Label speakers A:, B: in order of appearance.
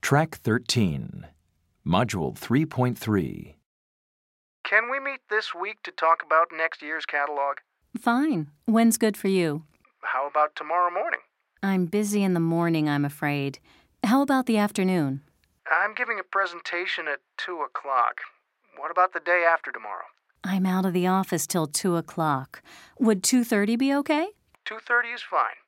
A: Track 13, Module 3.3.
B: Can we meet this week to talk about next year's catalog?
C: Fine. When's good for you?
B: How about tomorrow morning?
C: I'm busy in the morning, I'm afraid. How about the afternoon?
B: I'm giving a presentation at 2 o'clock. What about the day after tomorrow?
C: I'm out of the office till 2 o'clock. Would 2.30 be okay?
B: 2.30 is fine.